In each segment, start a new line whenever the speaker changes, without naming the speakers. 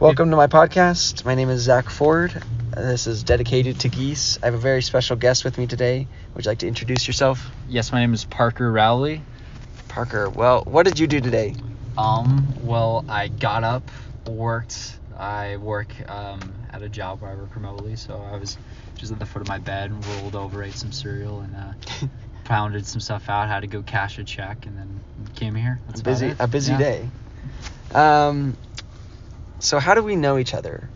Welcome to my podcast. My name is Zach Ford. This is dedicated to geese. I have a very special guest with me today. Would you like to introduce yourself?
Yes, my name is Parker Rowley.
Parker, well, what did you do today?
Um, well, I got up, worked. I work um, at a job where I work remotely, so I was just at the foot of my bed, rolled over, ate some cereal, and uh, pounded some stuff out. Had to go cash a check, and then came here. That's
a
about
busy
it.
a busy
Yeah.
day. Um so how do we know each other?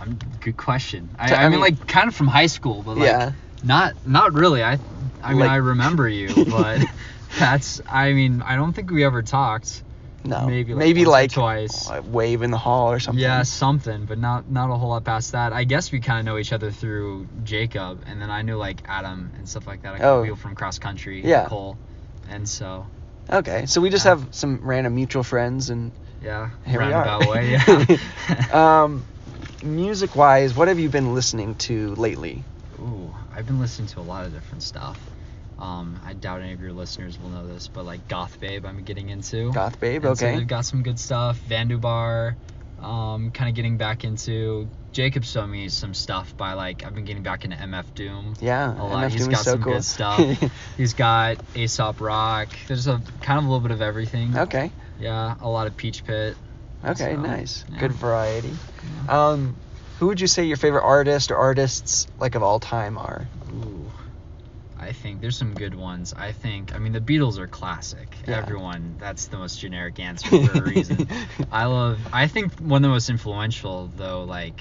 Um, good question. I,
So,
I,
I
mean,
mean-
like, kind of from high school, but like,
yeah.
Not not really. I I mean
Like-
I remember you, but that's I mean I don't think we ever talked.
No.
maybe like
maybe
once or
like
twice.
a wave in the hall or something.
Yeah, something, but not not a whole lot past that. I guess we kind of know each other through Jacob, and then I knew like Adam and stuff like that. I
Oh.
knew people from cross country,
Yeah.
Cole, and so
Okay. So we just
Yeah.
have some random mutual friends and
yeah,
Here we
roundabout
are.
way. Yeah.
um music wise, what have you been listening to lately?
Ooh, I've been listening to a lot of different stuff. Um, I doubt any of your listeners will know this, but like Goth Babe, I'm getting into.
Goth Babe,
And so
okay.
they've got some good stuff. Vandubar, um, kind of getting back into. Jacob showed me some stuff by like I've been getting back into MF Doom.
yeah,
a lot.
MF
He's
Doom
got
is so
some
cool.
good stuff. He's got Aesop Rock. There's a kind of a little bit of everything.
okay.
Yeah, a lot of Peach Pit.
Okay,
So,
nice.
yeah.
Good variety. Um, who would you say your favorite artist or artists like of all time are?
Ooh, I think there's some good ones. I think I mean the Beatles are classic.
Yeah.
Everyone, that's the most generic answer for a reason. I love. I think one of the most influential though, like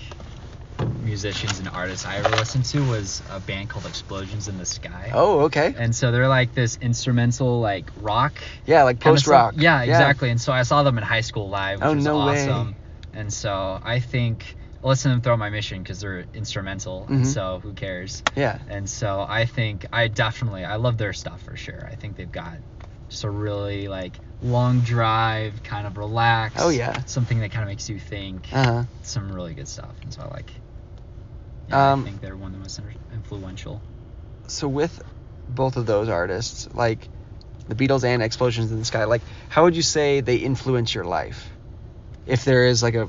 musicians and artists I ever listened to was a band called Explosions in the Sky.
Oh, okay.
And so they're like this instrumental like rock
Yeah, like
kinda
post
stuff.
rock.
Yeah, exactly. And so I saw them in high school live, which
Oh,
was
no way.
awesome. And so I think I listen to them throw my mission because they're instrumental.
Mhm.
And so who cares?
Yeah.
And so I think I definitely I love their stuff for sure. I think they've got just a really like long drive, kind of relaxed.
Oh, yeah.
Something that kind of makes you think.
Uh-huh.
Some really good stuff. And so I like. Yeah,
Um,
I think they're one of the most inter- influential.
So with both of those artists, like the Beatles and Explosions in the Sky, like how would you say they influence your life? If there is like a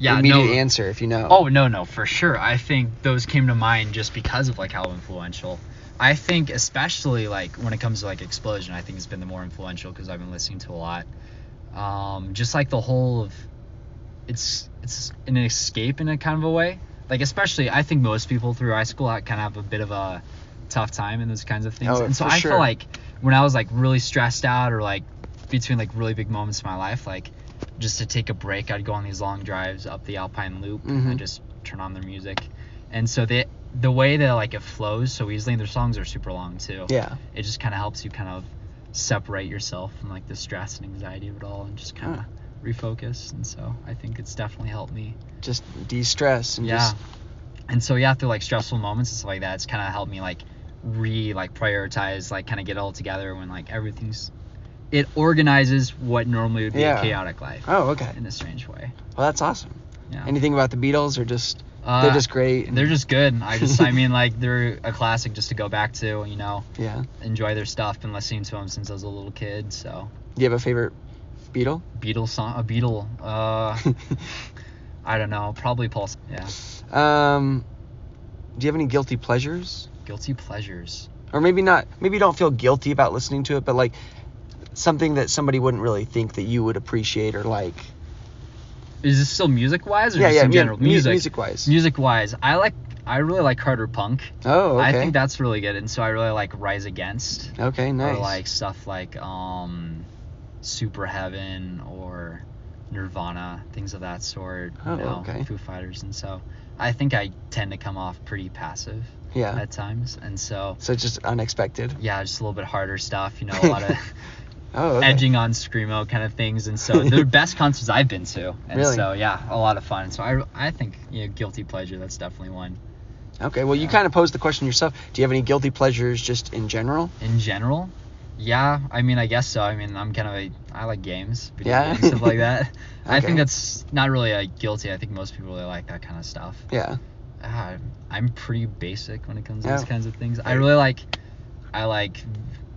Yeah.
immediate
no,
answer, if you know.
Oh no, no, for sure. I think those came to mind just because of like how influential. I think especially like when it comes to like explosion, I think it's been the more influential because I've been listening to a lot. Um, just like the whole of, it's it's an escape in a kind of a way. Like especially, I think most people through high school kind of have a bit of a tough time in those kinds of things.
Oh,
and so
for
I
sure.
feel like when I was like really stressed out or like between like really big moments in my life, like just to take a break, I'd go on these long drives up the Alpine Loop
Mhm.
and just turn on their music. And so they, the way that like it flows so easily, and their songs are super long too.
Yeah.
It just kind of helps you kind of separate yourself from like the stress and anxiety of it all, and just kind of
Huh.
refocus. And so I think it's definitely helped me.
Just de-stress and
yeah.
just
and so yeah, through like stressful moments and stuff like that, it's kind of helped me like re like prioritize, like kind of get it all together when like everything's, it organizes what normally would be
Yeah.
a chaotic life
Oh, okay.
in a strange way.
Well, that's awesome.
Yeah.
Anything about the Beatles or just
Uh,
they're just great. and-
They're just good. I just, I mean, like they're a classic just to go back to. You know,
yeah.
enjoy their stuff. Been listening to them since I was a little kid. So,
Do you have a favorite Beatle?
Beatles song, a Beatle. Uh, I don't know. Probably Pulse. Yeah.
um, do you have any guilty pleasures?
Guilty pleasures.
Or maybe not. Maybe you don't feel guilty about listening to it, but like something that somebody wouldn't really think that you would appreciate or like.
Is this still music wise or just in general? music.
Music wise.
Music wise, I like. I really like harder punk.
oh, okay.
I think that's really good, and so I really like Rise Against
okay, nice.
or like stuff like um, Super Heaven or Nirvana, things of that sort.
Oh,
you know,
okay.
Foo Fighters, and so I think I tend to come off pretty passive
yeah.
at times, and so
So just unexpected.
yeah, just a little bit harder stuff. You know, a lot of
Oh, okay.
edging on screamo kind of things, and so they're the best concerts I've been to, and
Really?
so yeah, a lot of fun. So I I think you know, guilty pleasure that's definitely one
Okay, well, you kind of posed the question yourself. Do you have any guilty pleasures just in general?
in general. Yeah, I mean, I guess so. I mean, I'm kind of a I like games, video
Yeah.
games, stuff like that. I
Okay.
think that's not really a guilty. I think most people really like that kind of stuff.
Yeah.
Ah, I'm pretty basic when it comes to
Yeah.
these kinds of things. I
Right.
really like, I like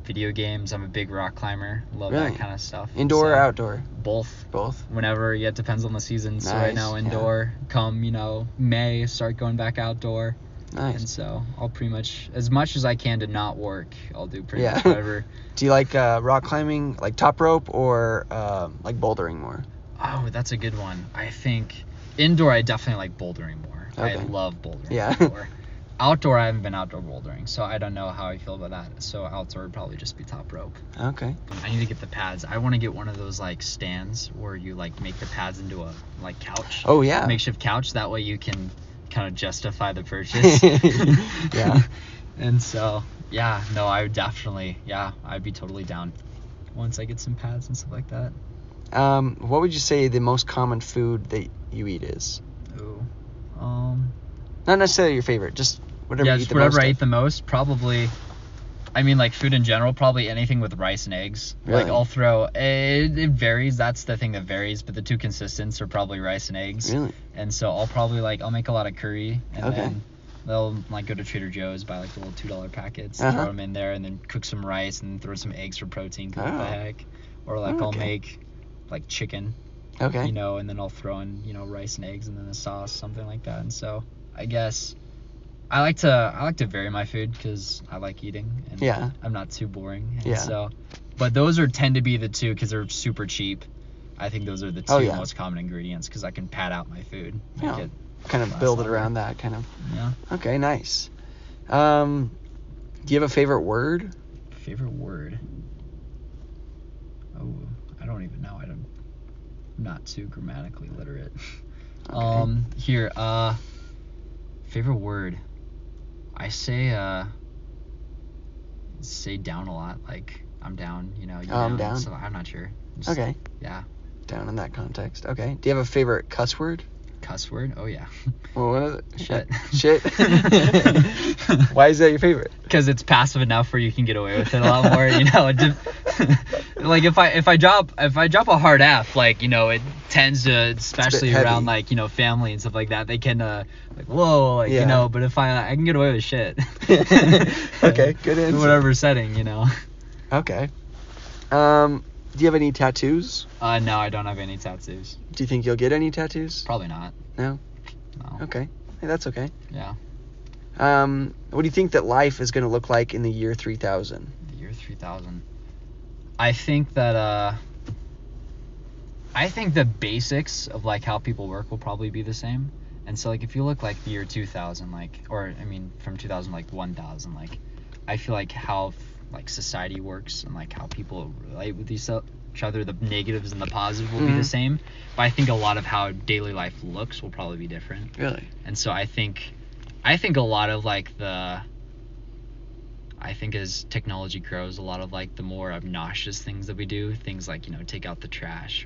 video games. I'm a big rock climber. Love
Really?
that kind of stuff.
Indoor or
So,
outdoor?
Both.
Both.
Whenever, yeah, it depends on the season. So
Nice,
right now,
yeah.
indoor. Come, you know, May, start going back outdoor.
Nice.
And so I'll pretty much, as much as I can to not work, I'll do pretty
Yeah.
much whatever.
Do you like uh, rock climbing, like top rope, or um like bouldering more?
oh, that's a good one. I think indoor, I definitely like bouldering more. I
Okay.
love bouldering.
Yeah.
More. Outdoor, I haven't been outdoor bouldering, so I don't know how I feel about that. So outdoor would probably just be top rope.
Okay.
I need to get the pads. I want to get one of those like stands where you like make the pads into a like couch,
Oh yeah.
makeshift couch. That way you can kind of justify the purchase.
Yeah.
And so yeah, no, I would definitely yeah, I'd be totally down once I get some pads and stuff like that.
Um, what would you say the most common food that you eat is?
Ooh. Um.
Not necessarily your favorite, just whatever
yeah,
you eat
just
the
whatever
most. eh?
I
of.
eat the most, probably. I mean, like food in general, probably anything with rice and eggs.
Really?
Like I'll throw. It, it varies. That's the thing that varies. But the two consistents are probably rice and eggs.
Really?
And so I'll probably like I'll make a lot of curry and
Okay.
then they'll like go to Trader Joe's buy like the little two dollar packets, throw
Uh-huh.
them in there, and then cook some rice and throw some eggs for protein. Cook
Oh.
the heck, or like I'll
Okay.
make like chicken,
Okay.
you know, and then I'll throw in you know rice and eggs and then a sauce something like that. And so I guess I like to I like to vary my food because I like eating and
Yeah.
I'm not too boring. And
Yeah.
So, but those are tend to be the two because they're super cheap. I think those are the two
Oh, yeah.
most common ingredients because I can pad out my food. make
Yeah.
it-
kind of
Last
build it
number.
around that kind of.
yeah.
Okay, nice. Um, do you have a favorite word?
Favorite word. Oh, I don't even know. I don't. I'm not too grammatically literate.
Okay.
Um, here. Uh, favorite word. I say uh. Say down a lot. Like I'm down. You know. You
Oh, I'm down.
So I'm not sure. Just
okay.
yeah.
Down in that context. Okay. Do you have a favorite cuss word?
Cuss word. Oh yeah.
Well, what is it?
Shit.
Shit. Why is that your favorite?
because it's passive enough where you can get away with it a lot more. You know, it de- like if I if I drop if I drop a hard F, like you know, it tends to especially
heavy.
around like you know family and stuff like that. They can uh, like whoa, like
Yeah.
you know. But if I I can get away with shit.
Okay, good
In
answer.
whatever setting, you know.
Okay. Um, do you have any tattoos?
Uh, no, I don't have any tattoos.
Do you think you'll get any tattoos?
Probably not.
No?
No.
Okay. Hey, that's okay.
Yeah.
Um, what do you think that life is going to look like in the year 3000?
The year 3000. I think that uh I think the basics of like how people work will probably be the same. And so like if you look like the year 2000 like or I mean from 2000 like 1000 like I feel like how f- like society works and like how people relate with each o- each other the negatives and the positive will be the
Mhm.
same but i think a lot of how daily life looks will probably be different
Really?
and so I think, I think a lot of like the. I think as technology grows, a lot of like the more obnoxious things that we do, things like you know take out the trash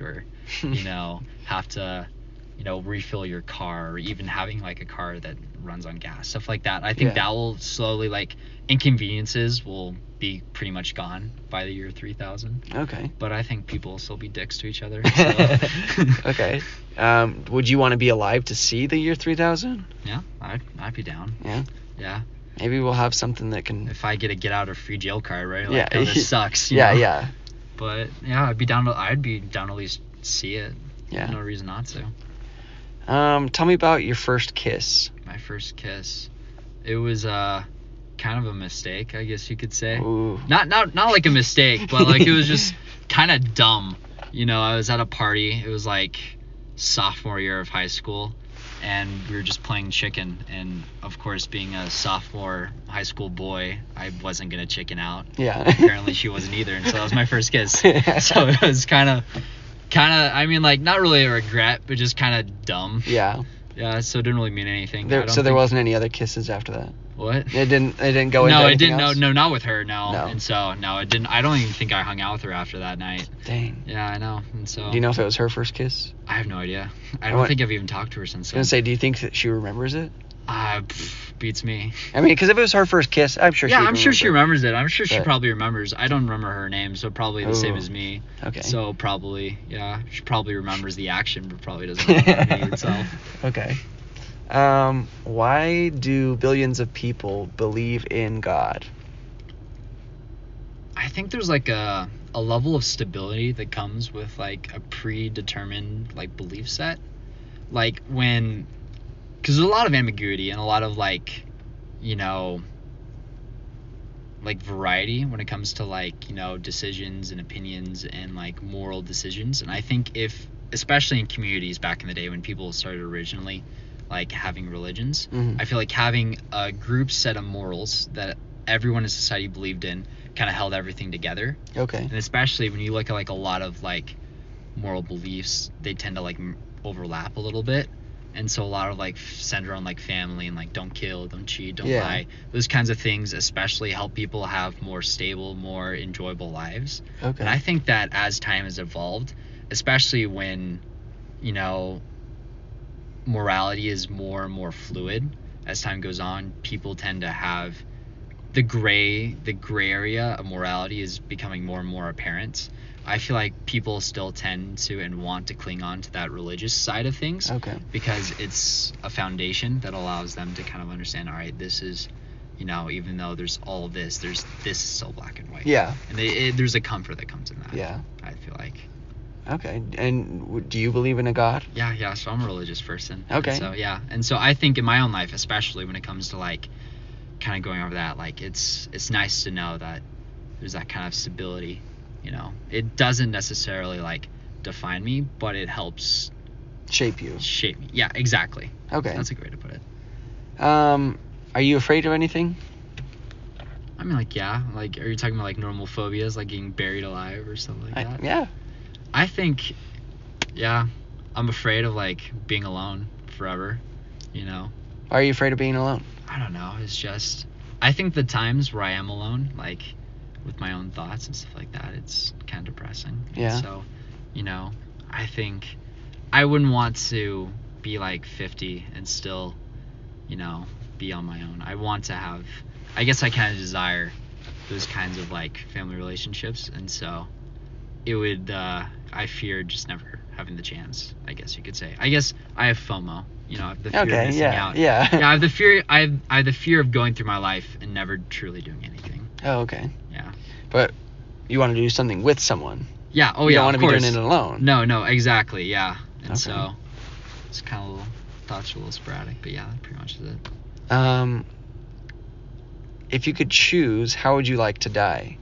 or you know have to, you know refill your car or even having like a car that runs on gas, stuff like that. I think
Yeah.
that will slowly like inconveniences will be pretty much gone by the year 3000.
Okay.
But I think people will still be dicks to each other. so-
okay. Um, would you want to be alive to see the year 3000?
Yeah, I'd, I'd be down.
Yeah.
Yeah.
Maybe we'll have something that can.
if I get a get out of free jail card, right? Like,
Yeah.
oh, this sucks. you
Yeah,
know?
yeah,
But yeah, I'd be down to I'd be down to at least see it.
yeah,
No reason not to.
Um, tell me about your first kiss.
My first kiss, it was uh, kind of a mistake, I guess you could say.
Ooh.
Not not not like a mistake, but like it was just kind of dumb. You know, I was at a party. It was like sophomore year of high school, and we were just playing chicken. And of course, being a sophomore high school boy, I wasn't gonna chicken out.
Yeah.
apparently she wasn't either and so that was my first kiss so it was kind of kind of i mean like not really a regret but just kind of dumb
Yeah.
yeah so it didn't really mean anything I
There,
don't
so there
think-
wasn't any other kisses after that.
what
It didn't. It didn't go into.
no it
anything
didn't
else?
no no not with her no.
No.
and so no it didn't i don't even think i hung out with her after that night
Dang.
yeah i know and so
Do you know if it was her first kiss?
i have no idea i
I
don't
want-
think i've even talked to her
I
since
was gonna
then
say, do you think that she remembers it?
uh, pff, beats me
I mean, because if it was her first kiss, I'm sure.
yeah
she'd
i'm sure she
remember.
remembers it i'm sure she
But-
probably remembers i don't remember her name so probably the same
Ooh.
as me
Okay.
So probably, yeah, she probably remembers the action, but probably doesn't remember me itself.
okay. Um, why do billions of people believe in God?
I think there's like a a level of stability that comes with like a predetermined like belief set. Like when cuz there's a lot of ambiguity and a lot of like you know like variety when it comes to like, you know, decisions and opinions and like moral decisions and I think if especially in communities back in the day when people started originally like having religions,
Mhm.
I feel like having a group set of morals that everyone in society believed in kind of held everything together.
Okay.
And especially when you look at like a lot of like moral beliefs, they tend to like m- overlap a little bit. And so a lot of like f- center on like family and like don't kill, don't cheat, don't
Yeah.
lie. Those kinds of things especially help people have more stable, more enjoyable lives.
Okay.
And I think that as time has evolved, especially when, you know, morality is more and more fluid as time goes on, people tend to have the gray the gray area of morality is becoming more and more apparent. I feel like people still tend to and want to cling on to that religious side of things
okay.
because it's a foundation that allows them to kind of understand, all right, this is you know, even though there's all this, there's this is so black and white
Yeah.
and they, it, there's a comfort that comes in that.
Yeah.
I feel like.
Okay. And w- do you believe in a God?
Yeah, yeah. So I'm a religious person. and
Okay.
so yeah, and so I think in my own life, especially when it comes to like, kind of going over that, like it's it's nice to know that there's that kind of stability. You know, it doesn't necessarily like define me, but it helps
Shape you.
shape me. Yeah, exactly.
Okay.
That's a great way to put it.
Um, are you afraid of anything?
I mean, like, yeah, like, are you talking about like normal phobias, like getting buried alive or something like
I-
that?
yeah.
I think, yeah, I'm afraid of like being alone forever. You know,
Are you afraid of being alone?
I don't know. It's just, I think the times where I am alone, like with my own thoughts and stuff like that, it's kind of depressing. And
Yeah.
So, you know, I think I wouldn't want to be like 50 and still, you know, be on my own. I want to have, I guess I kind of desire those kinds of like family relationships. And so it would, uh, I fear just never having the chance, I guess you could say. I guess I have FOMO, you know, I have the fear of
okay.
missing
Yeah.
out
Yeah.
yeah, I have the fear. I have, I have the fear of going through my life and never truly doing anything.
Oh, okay.
Yeah.
But you want to do something with someone.
Yeah. Oh
you
yeah.
don't want
of
to be
course.
doing it alone.
No, no, exactly. Yeah. And
Okay.
so it's kind of a little thoughts are a little sporadic, but yeah, that pretty much is it.
Um, if you could choose, how would you like to die?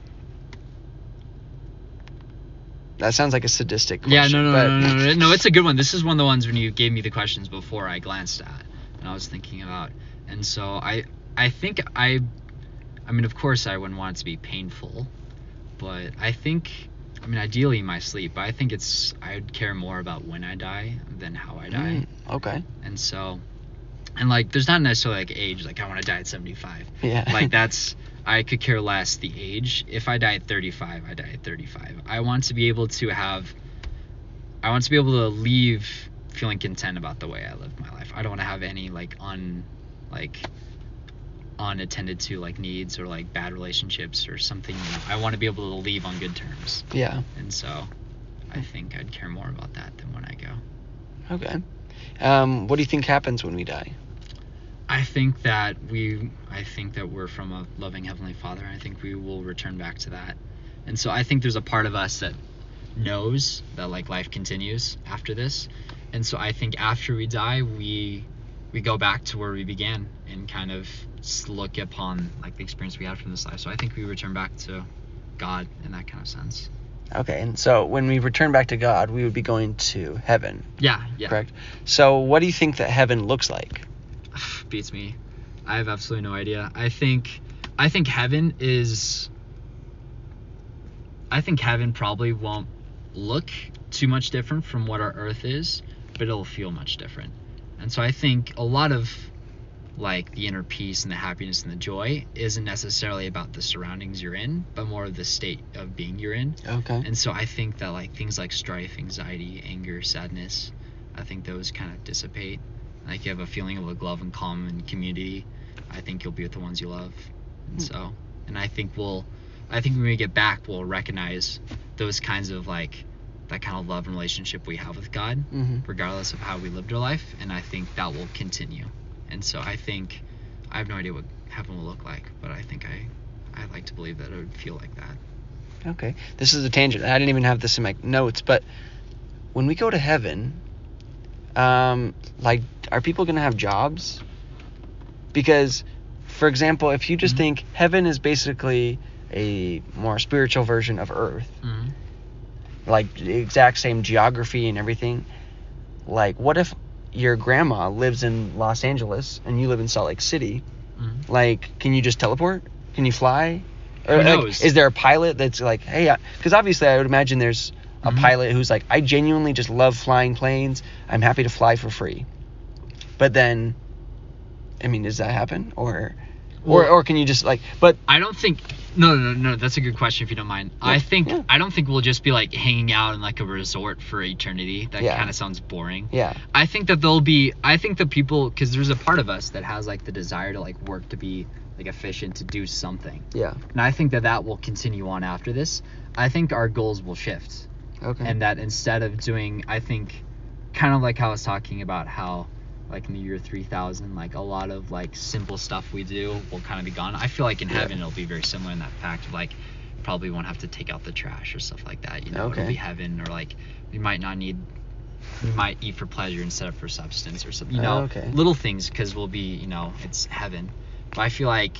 That sounds like a sadistic question.
yeah. No, no,
but...
no, no, no, no, no. It's a good one. This is one of the ones when you gave me the questions before I glanced at and I was thinking about. And so I, I think I, I mean, of course, I wouldn't want it to be painful, but I think. I mean, ideally my sleep, but I think it's I'd care more about when I die than how I die.
Mm, okay.
and so and like there's not necessarily like age like i want to die at 75
Yeah.
like that's i could care less the age if i die at 35 i die at 35 i want to be able to have i want to be able to leave feeling content about the way i live my life i don't want to have any like un like unattended to like needs or like bad relationships or something you know, i want to be able to leave on good terms
Yeah.
and so i think i'd care more about that than when i go
Okay. Um, what do you think happens when we die?
I think that we I think that we're from a loving heavenly father and I think we will return back to that. And so I think there's a part of us that knows that like life continues after this. And so I think after we die we we go back to where we began and kind of s- look upon like the experience we had from this life. So I think we return back to God in that kind of sense.
Okay. And so when we return back to God, we would be going to heaven,
Yeah, yeah.
correct? So what do you think that heaven looks like?
beats me. I have absolutely no idea. I think I think heaven is I think heaven probably won't look too much different from what our earth is, but it'll feel much different. And so I think a lot of like the inner peace and the happiness and the joy isn't necessarily about the surroundings you're in, but more of the state of being you're in.
Okay.
And so I think that like things like strife, anxiety, anger, sadness, I think those kind of dissipate. Like you have a feeling of like love and calm and community. I think you'll be with the ones you love. And
Hmm.
so, and I think we'll, I think when we get back, we'll recognize those kinds of like, that kind of love and relationship we have with God
hmm
regardless of how we lived our life, and I think that will continue. And so I think I have no idea what heaven will look like, but I think I I like to believe that it would feel like that.
Okay. This is a tangent. I didn't even have this in my notes, but when we go to heaven, um, like, are people going to have jobs? Because, for example, if you just
Mhm.
think heaven is basically a more spiritual version of earth,
Mm-hmm.
like the exact same geography and everything, like, what if your grandma lives in Los Angeles and you live in Salt Lake City?
Mm-hmm.
Like, can you just teleport? Can you fly? Or,
Who
like,
knows?
is there a pilot that's like, hey, because obviously I would imagine there's a
Mhm.
pilot who's like, I genuinely just love flying planes. I'm happy to fly for free. But then, I mean, does that happen? Or, or,
Well-
or can you just like, but
I don't think. No, no, no. That's a good question if you don't mind.
Yeah,
I think
yeah.
I don't think we'll just be like hanging out in like a resort for eternity. That
Yeah.
kind of sounds boring.
yeah,
I think that there'll be. I think that people, because there's a part of us that has like the desire to like work to be like efficient to do something,
yeah,
and I think that that will continue on after this. I think our goals will shift,
okay,
and that instead of doing, I think, kind of like how I was talking about how. Like in the year 3000, like a lot of like simple stuff we do will kind of be gone. I feel like in
Yeah.
heaven it'll be very similar in that fact of like probably won't have to take out the trash or stuff like that. You know,
Okay. Hmm.
it'll be heaven or like we might not need we might eat for pleasure instead of for substance or something. You know,
Uh, Okay.
little things because we'll be, you know, it's heaven. But I feel like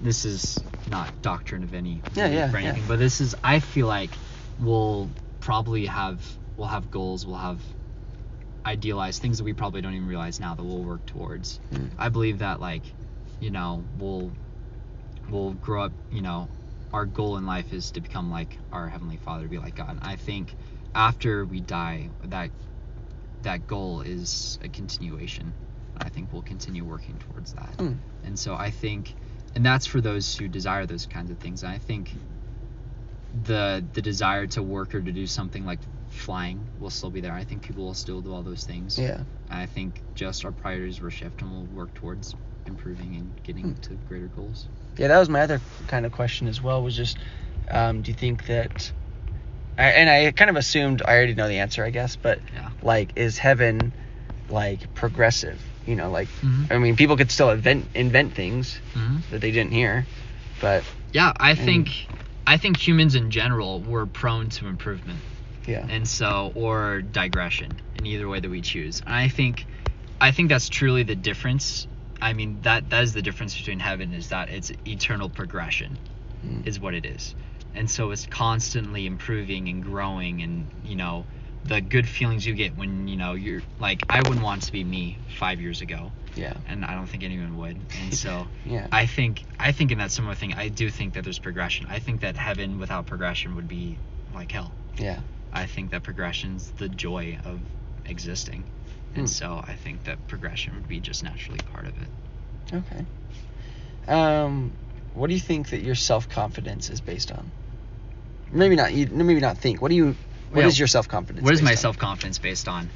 this is not doctrine of any
Yeah,
belief
yeah,
or
yeah.
anything, but this is I feel like we'll probably have we'll have goals, we'll have idealized things that we probably don't even realize now that we'll work towards.
Mm.
I believe that like, you know, we'll we'll grow up, you know, our goal in life is to become like our heavenly father, be like God. And I think after we die, that that goal is a continuation. I think we'll continue working towards that.
Mm.
And so I think and that's for those who desire those kinds of things. And I think the the desire to work or to do something like flying will still be there. I think people will still do all those things.
yeah.
And I think just our priorities will shift and we'll work towards improving and getting
Hmm.
to greater goals.
Yeah, that was my other kind of question as well. Was just, um, do you think that? I, and I kind of assumed I already know the answer, I guess. But
Yeah.
like, is heaven like progressive? You know, like
Mhm.
I mean, people could still invent invent things
Mm-hmm.
that they didn't hear, but
Yeah, I
Mm.
think I think humans in general were prone to improvement.
yeah,
and so or digression in either way that we choose and i think i think that's truly the difference i mean that that is the difference between heaven is that it's eternal progression
Mm.
is what it is and so it's constantly improving and growing and you know the good feelings you get when you know you're like i wouldn't want to be me five years ago
yeah,
and i don't think anyone would and so
yeah,
I think I think in that similar thing, I do think that there's progression. I think that heaven without progression would be like hell.
Yeah.
I think that progression's the joy of existing.
Hmm.
And so I think that progression would be just naturally part of it.
okay. Um, what do you think that your self confidence is based on? Maybe not. You maybe not think. What do you? What is
Yeah.
your self confidence?
what is my self confidence based on?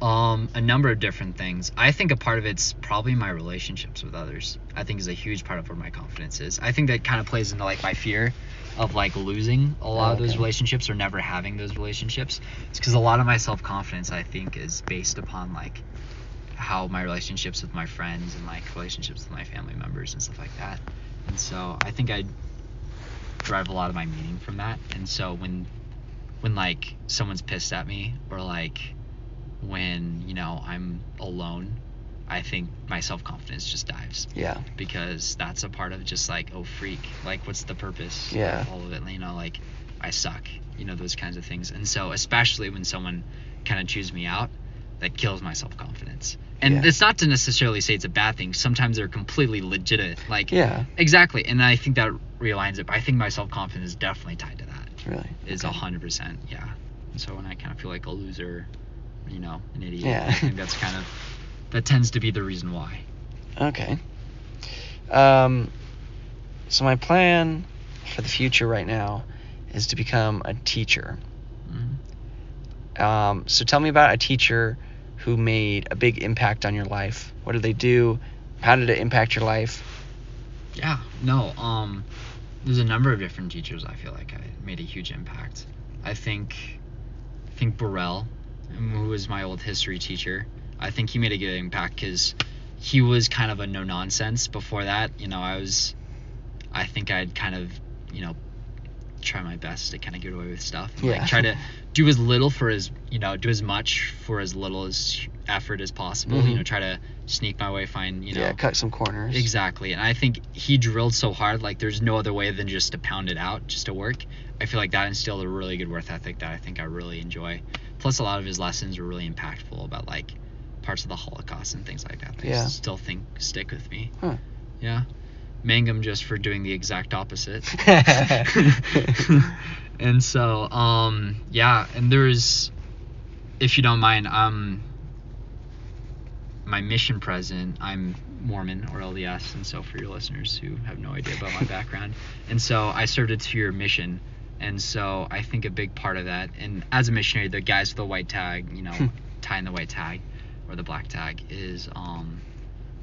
Um, a number of different things. I think a part of it's probably my relationships with others. I think is a huge part of where my confidence is. I think that kind of plays into like my fear of like losing a lot of those
Okay.
relationships or never having those relationships. It's because a lot of my self confidence I think is based upon like how my relationships with my friends and like relationships with my family members and stuff like that. And so I think I derive a lot of my meaning from that. And so when when like someone's pissed at me or like when you know I'm alone, I think my self confidence just dives
Yeah.
because that's a part of just like oh freak like what's the purpose
Yeah.
of all of it you know like I suck you know those kinds of things and so especially when someone kind of chews me out that kills my self confidence and
Yeah.
it's not to necessarily say it's a bad thing sometimes they're completely legitimate like
Yeah.
exactly and I think that realigns it but I think my self confidence is definitely tied to that
Really.
is a
Okay.
hundred percent, yeah. And so when I kind of feel like a loser, you know, an idiot,
Yeah.
I think that's kind of that tends to be the reason why.
Okay. Um, so my plan for the future right now is to become a teacher.
Mm.
Um, so tell me about a teacher who made a big impact on your life. What did they do? How did it impact your life?
Yeah, no, um, there's a number of different teachers I feel like I made a huge impact. I think, I think Burrell, um, who was my old history teacher, I think he made a good impact because he was kind of a no nonsense. Before that, you know, I was, I think I'd kind of, you know, try my best to kind of get away with stuff. And,
Yeah.
Like, try to do as little for as you know, do as much for as little as effort as possible.
Mhm.
You know, try to sneak my way, find you know.
yeah, cut some corners.
Exactly. And I think he drilled so hard, like there's no other way than just to pound it out, just to work. I feel like that instilled a really good work ethic that I think I really enjoy. Plus, a lot of his lessons were really impactful about like parts of the Holocaust and things like that. They
Yeah.
still think stick with me.
Huh.
Yeah. Mangum just for doing the exact opposite. and so, um, yeah, and there's, if you don't mind, um, my mission present, I'm Mormon or LDS, and so for your listeners who have no idea about my background, and so I served a two-year mission, and so I think a big part of that, and as a missionary, the guys with the white tag, you know,
Hmm.
tying the white tag or the black tag is, um,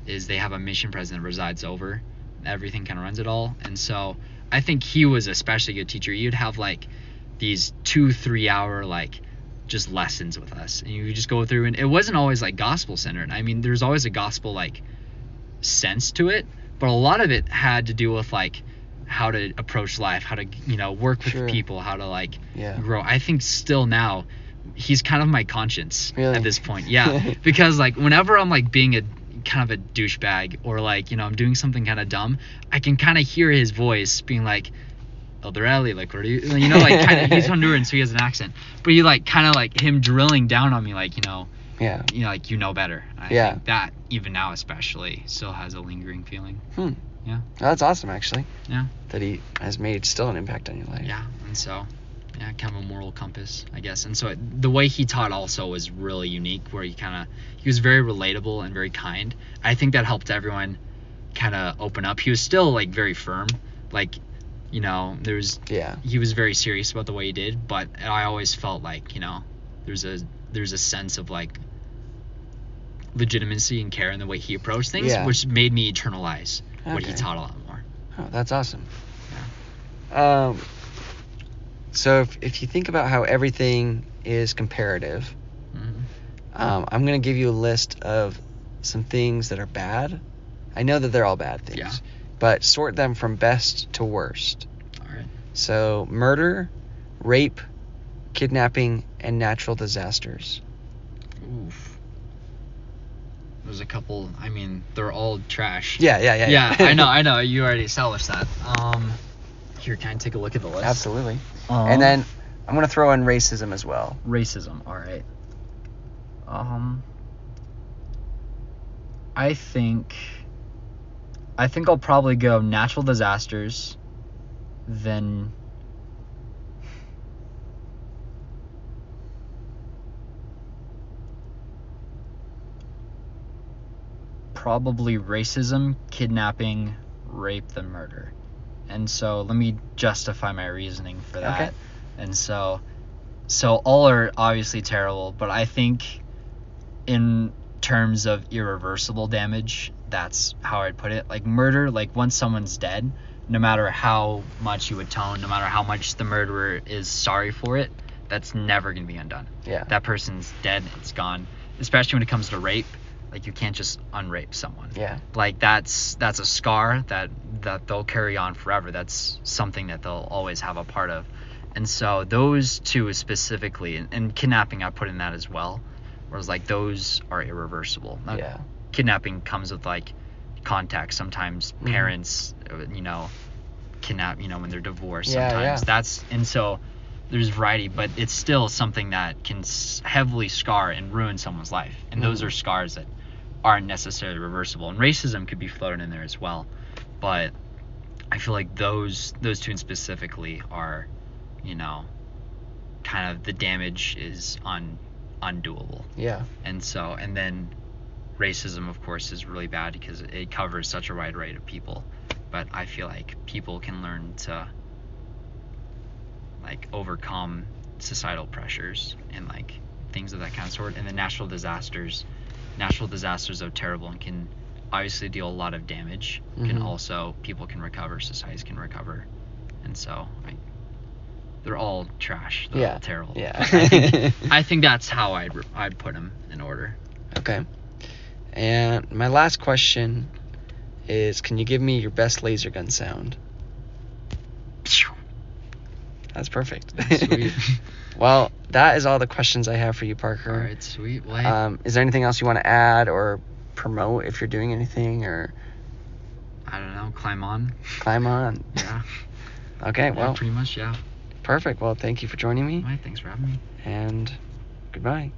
is they have a mission president that resides over everything, kind of runs it all, and so I think he was especially a good teacher. You'd have like these two, three-hour like just lessons with us and you would just go through and it wasn't always like gospel centered i mean there's always a gospel like sense to it but a lot of it had to do with like how to approach life how to you know work with
Sure.
people how to like
yeah.
grow i think still now he's kind of my conscience
Really?
at this point yeah because like whenever i'm like being a kind of a douchebag or like you know i'm doing something kind of dumb i can kind of hear his voice being like Elder Ali, like where do you you know like kind of he's honduran so he has an accent but you like kind of like him drilling down on me like you know
Yeah.
you know like you know better I
Yeah.
think that even now especially still has a lingering feeling
Hmm.
Yeah.
That's awesome, actually.
Yeah.
That he has made still an impact on your life.
Yeah, and so, yeah, kind of a moral compass, I guess. And so it, the way he taught also was really unique, where he kind of he was very relatable and very kind. I think that helped everyone kind of open up. He was still like very firm, like you know, there was
Yeah.
he was very serious about the way he did, but I always felt like you know, there's a there's a sense of like legitimacy and care in the way he approached things,
Yeah.
which made me internalize what he
Okay.
taught a lot more.
Oh, that's awesome. Um, so if, if you think about how everything is comparative,
hmm
um, I'm going to give you a list of some things that are bad. I know that they're all bad things,
Yeah.
but sort them from best to worst.
All right.
So murder, rape, kidnapping, and natural disasters.
Oof. There's a couple. I mean, they're all trash.
Yeah, yeah, yeah.
Yeah, I know, I know. You already established that. Um, here, can I take a look at the list?
Absolutely.
Um,
And then I'm going to throw in racism as well.
racism. All right. Um, I think. I think I'll probably go natural disasters, then. Probably racism, kidnapping, rape, then murder. And so let me justify my reasoning for that.
Okay.
And so so all are obviously terrible, but I think in terms of irreversible damage, that's how I'd put it. Like murder, like once someone's dead, no matter how much you atone, no matter how much the murderer is sorry for it, that's never going to be undone.
Yeah.
That person's dead, it's gone. Especially when it comes to rape, like you can't just unrape someone
Yeah.
like that's that's a scar that that they'll carry on forever that's something that they'll always have a part of and so those two specifically and, and kidnapping i put in that as well whereas like those are irreversible Not-
Yeah.
kidnapping comes with like contact sometimes
Mhm.
parents uh, you know kidnap you know when they're divorced
Yeah,
sometimes
yeah.
that's and so there's variety but it's still something that can s- heavily scar and ruin someone's life and those
Mhm.
are scars that aren't necessarily reversible and racism could be floated in there as well but i feel like those those two in specifically are you know kind of the damage is un undoable
Yeah.
and so and then racism of course is really bad because it covers such a wide array of people but i feel like people can learn to like overcome societal pressures and like things of that kind of sort and the natural disasters natural disasters are terrible and can obviously deal a lot of damage can
Mhm.
also people can recover societies can recover and so I, they're all trash they're
Yeah,
all terrible
Yeah.
But I think I think that's how I'd, I'd put them in order.
Okay. And my last question is can you give me your best laser gun sound? That's perfect.
Sweet.
well, that is all the questions I have for you,
All
Parker.
right, sweet. Well, hey,
Um, is there anything else you want to add or promote if you're doing anything or
I don't know. Climb on.
climb on?
Yeah.
Okay,
Yeah,
well,
pretty much. Yeah.
perfect. Well, thank you for joining
All
me
right. Thanks for having me.
and goodbye.